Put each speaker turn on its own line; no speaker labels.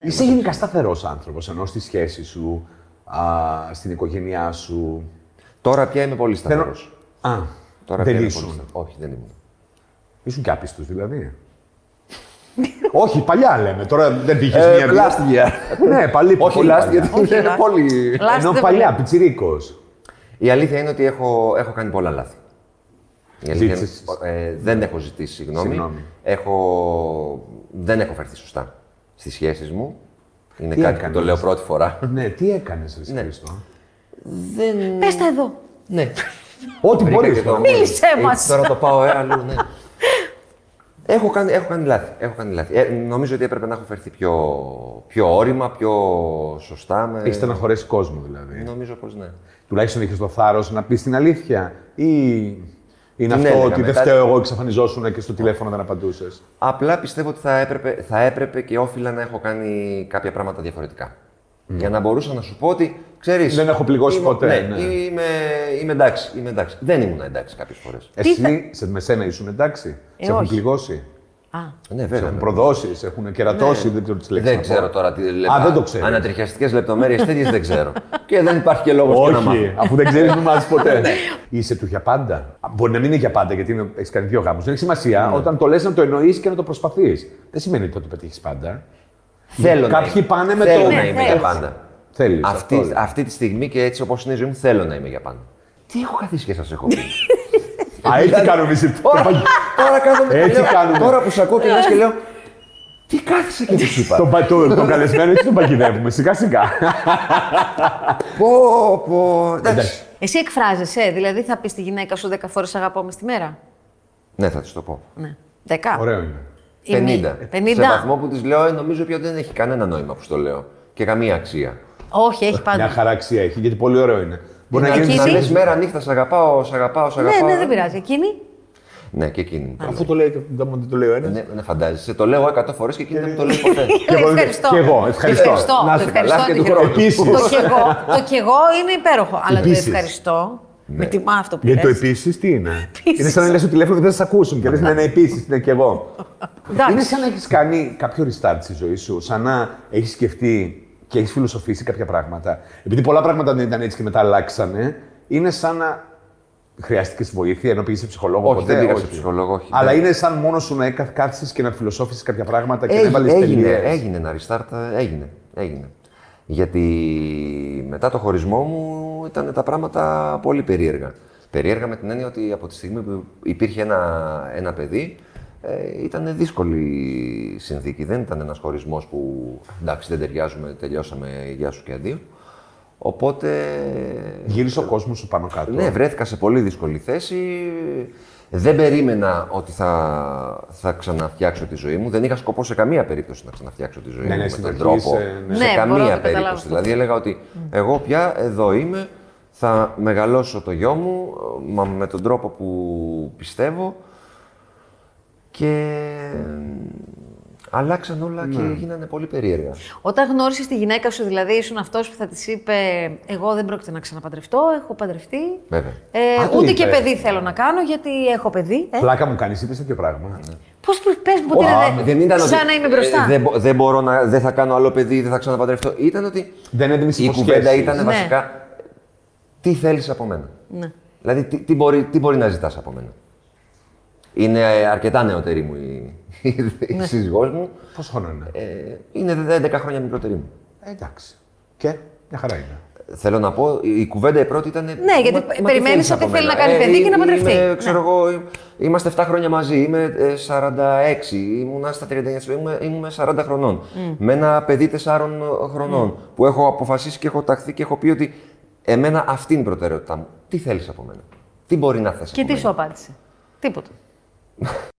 Είσαι γενικά σταθερός άνθρωπος, ενώ στη σχέση σου, α, στην οικογένειά σου.
Τώρα πια είμαι πολύ
Θέλω-
σταθερός.
Α,
Τώρα
δεν
πια είμαι
ήσουν.
πολύ σταθερός. Όχι, δεν ήμουν.
Ήσουν και άπιστος δηλαδή. Όχι, παλιά λέμε. Τώρα δεν πήγες
Ε,
μία
last year.
Ναι, παλί,
Όχι
πολύ
last, γιατί
παλιά.
Όχι
είναι
last.
πολύ.
Last
Ενώ
δεν
παλιά,
βλέπω.
πιτσιρίκος.
Η αλήθεια είναι ότι έχω, έχω κάνει πολλά λάθη. Η αλήθεια είναι-
Ζήτησες.
ε, δεν έχω ζητήσει συγγνώμη.
Συγγνώμη.
Έχω, δεν έχω φερθεί σωστά στις σχέσεις μου. Είναι
Τι
κάτι
έκανες?
που το λέω πρώτη φορά.
Ναι, τι έκανες, Ρε
Ναι.
Χρήστο.
δεν...
Πες τα εδώ.
Ναι.
Ό,τι μπορεί.
Μίλησέ
Ε,
μας.
Τώρα το πάω ε, αλλού, ναι. έχω, κάνει, έχω κάνει λάθη. Έχω κάνει λάθη. Ε, νομίζω ότι έπρεπε να έχω φερθεί πιο, πιο όρημα, πιο σωστά. Με...
Έχεις στεναχωρέσει κόσμο δηλαδή.
Νομίζω πως ναι.
Τουλάχιστον είχε το θάρρος να πεις την αλήθεια. Ή είναι αυτό
έλεγα
ότι δεν
μετά.
φταίω εγώ, εξαφανιζόσουν και στο τηλέφωνο δεν απαντούσες.
Απλά πιστεύω ότι θα έπρεπε, θα έπρεπε και όφιλα να έχω κάνει κάποια πράγματα διαφορετικά. Για να μπορούσα να σου πω ότι ξέρεις.
Δεν έχω πληγώσει ποτέ,
Ναι,
ναι.
Είμαι, είμαι, εντάξει, είμαι εντάξει. Δεν ήμουν εντάξει κάποιες φορές.
Εσύ σε, με σένα ήσουν εντάξει. σε έχουν
Ε, όχι.
Ε,
πληγώσει.
Α,
Ναι,
Σε
βέβαια.
έχουν προδώσει, σε έχουν
Ναι.
κερατώσει. Δεν ξέρω τις λέξεις.
δεν ξέρω τώρα τι λεπτά.
Α, δεν το ξέρω.
Ανατριχιαστικές λεπτομέρειες τέτοιες δεν ξέρω. και δεν υπάρχει και λόγος να μάθω.
Όχι, αφού δεν ξέρεις, μην μάθεις ποτέ.
Ναι.
Είσαι του για πάντα. Α, Μπορεί να μην είναι για πάντα, γιατί έχεις κάνει δύο γάμους. Δεν έχει σημασία
Ναι.
όταν το λες να το εννοείς και να το προσπαθείς. Δεν σημαίνει ότι θα το πετύχεις πάντα.
Θέλω να
Κάποιοι
είμαι.
πάνε με
θέλω
το-
να
Ναι,
είμαι
θέλω.
για πάντα.
Θέλεις.
Αυτή, αυτή τη στιγμή και έτσι όπως είναι η ζωή μου, θέλω να είμαι για πάντα. Τι έχω καθίσει και σας έχω πει.
Α, έτσι
δηλαδή-
κάνουμε εσύ.
Τώρα, τώρα κάθομαι και
Έτσι
λέω,
κάνουμε.
Τώρα που σε ακούω και λες και λέω. Τι κάθισε και δεν σου είπα.
Τον πα- το- τον καλεσμένο έτσι τον παγιδεύουμε, σιγά σιγά.
πω, πω. Εντάξει.
εσύ εκφράζεσαι, δηλαδή θα πεις τη γυναίκα σου 10 φορές αγαπώ μες στη μέρα.
Ναι, θα της το πω.
Ναι. 10.
Ωραίο είναι.
Ή
50.
μη. 50.
Σε βαθμό που της λέω, ε, νομίζω πια δεν έχει κανένα νόημα που στο λέω. Και καμία αξία.
Όχι, έχει
Μια
πάντα.
χαρά αξία έχει, γιατί πολύ ωραίο είναι. Μπορεί να
Ναι,
γίνει.
εκεί-
να
εσύ.
λες μέρα νύχτα, σ' αγαπάω, σ' αγαπάω, σ'
Ναι,
αγαπάω.
ναι, δεν πειράζει. Εκείνη.
Ναι, και εκείνη. μου το
Αφού
λέει.
το λέει, δεν το λέει ο ένας.
Ναι, ναι, φαντάζεσαι. Το λέω 100 φορές και εκείνη δεν μου το λέει ποτέ.
Και εγώ-
ευχαριστώ.
και εγώ, ευχαριστώ.
Ευχαριστώ.
Να
το
είσαι καλά
ευχαριστώ
και
το
του
χειρό-
χρόνου.
Επίσης.
Το κι εγώ, το κι εγώ είναι υπέροχο. Αλλά το
Επίσης.
ευχαριστώ. Με τιμά αυτό που
Γιατί το
λες.
επίσης τι είναι. Είναι σαν να λες το τηλέφωνο και δεν θα σε ακούσουν. Και λες να είναι επίσης, είναι και εγώ.
Εντάξει.
Είναι σαν να έχεις κάνει κάποιο restart στη ζωή σου. Σαν να έχεις σκεφτεί και έχεις φιλοσοφήσει κάποια πράγματα. Επειδή πολλά πράγματα δεν ήταν έτσι και μετά αλλάξανε, είναι σαν να χρειάστηκες βοήθεια ενώ πήγες σε ψυχολόγο.
Όχι,
ποτέ,
δεν πήγα σε ψυχολόγο, όχι.
Αλλά
Δεν.
είναι σαν μόνο σου να έκα- κάθισες και να φιλοσόφησες κάποια πράγματα και να
Έγινε,
έβαλε
έγινε,
τελείε.
έγινε ένα restart, ε, έγινε, έγινε. Γιατί μετά το χωρισμό μου ήταν τα πράγματα πολύ περίεργα. Περίεργα με την έννοια ότι από τη στιγμή που υπήρχε ένα, ένα παιδί, ε, ήταν δύσκολη συνθήκη. Δεν ήταν ένας χωρισμός που εντάξει δεν ταιριάζουμε, τελειώσαμε, γεια σου και αντίο. Οπότε
Γύρισε ο κόσμος σου πάνω κάτω.
ναι, βρέθηκα σε πολύ δύσκολη θέση. Δεν περίμενα ότι θα, θα ξαναφτιάξω τη ζωή μου. Δεν είχα σκοπό σε καμία περίπτωση να ξαναφτιάξω τη ζωή
Ναι,
μου
ναι,
με τον
συνεχίζει,
τρόπο.
ε, ναι.
Σε
Ναι, μπορώ να το
καμία
καταλάβω.
περίπτωση. Δηλαδή έλεγα ότι εγώ πια εδώ είμαι, θα μεγαλώσω το γιο μου μα με τον τρόπο που πιστεύω και αλλάξαν όλα
Ναι.
και γίνανε πολύ περίεργα.
Όταν γνώρισες τη γυναίκα σου, δηλαδή ήσουν αυτός που θα της είπε: Εγώ δεν πρόκειται να ξαναπαντρευτώ, έχω παντρευτεί.
Βέβαια.
Ε,
Α, το
ούτε
είπε.
και παιδί θέλω να κάνω, γιατί έχω παιδί. Ε.
Πλάκα μου κάνεις, είπες τέτοιο πράγμα.
Ναι.
Πώς πες μου, ποτέ
Α,
δεν.
δεν ήταν
σαν
ότι,
να είμαι μπροστά.
ε, δεν, μπο- δεν μπορώ να, δεν θα κάνω άλλο παιδί, δεν θα ξαναπαντρευτώ. Ήταν ότι
Δεν έδινες
η
υποσχέσεις.
κουβέντα ήταν
Ναι.
βασικά τι θέλεις από μένα.
Ναι.
Δηλαδή τι, τι μπορεί, τι μπορεί να ζητάς από μένα. Είναι ε, αρκετά νεότερη μου η, η, η
Ναι.
σύζυγός μου.
Πόσο χρόνο είναι.
Ε, είναι 11 χρόνια μικρότερη μου.
Ε, εντάξει. Και μια χαρά είναι.
Θέλω να πω, η η κουβέντα η πρώτη ήταν.
Ναι, γιατί
τι
περιμένεις
θέλεις
ότι
από
θέλει
μένα.
να κάνει παιδί και να
Ε, είμαι,
παντρευτεί. Ναι.
Ξέρω εγώ, ε, είμαστε 7 χρόνια μαζί, είμαι ε, 46, ήμουνα στα 39, είμαι, ήμουν 40 χρονών. Με ένα παιδί 4 χρονών που έχω αποφασίσει και έχω ταχθεί και έχω πει ότι εμένα αυτή είναι η προτεραιότητά μου. Τι θέλεις από μένα, τι μπορεί να θες
Και
από
τι
μένα.
σου απάντησε. Τίποτα.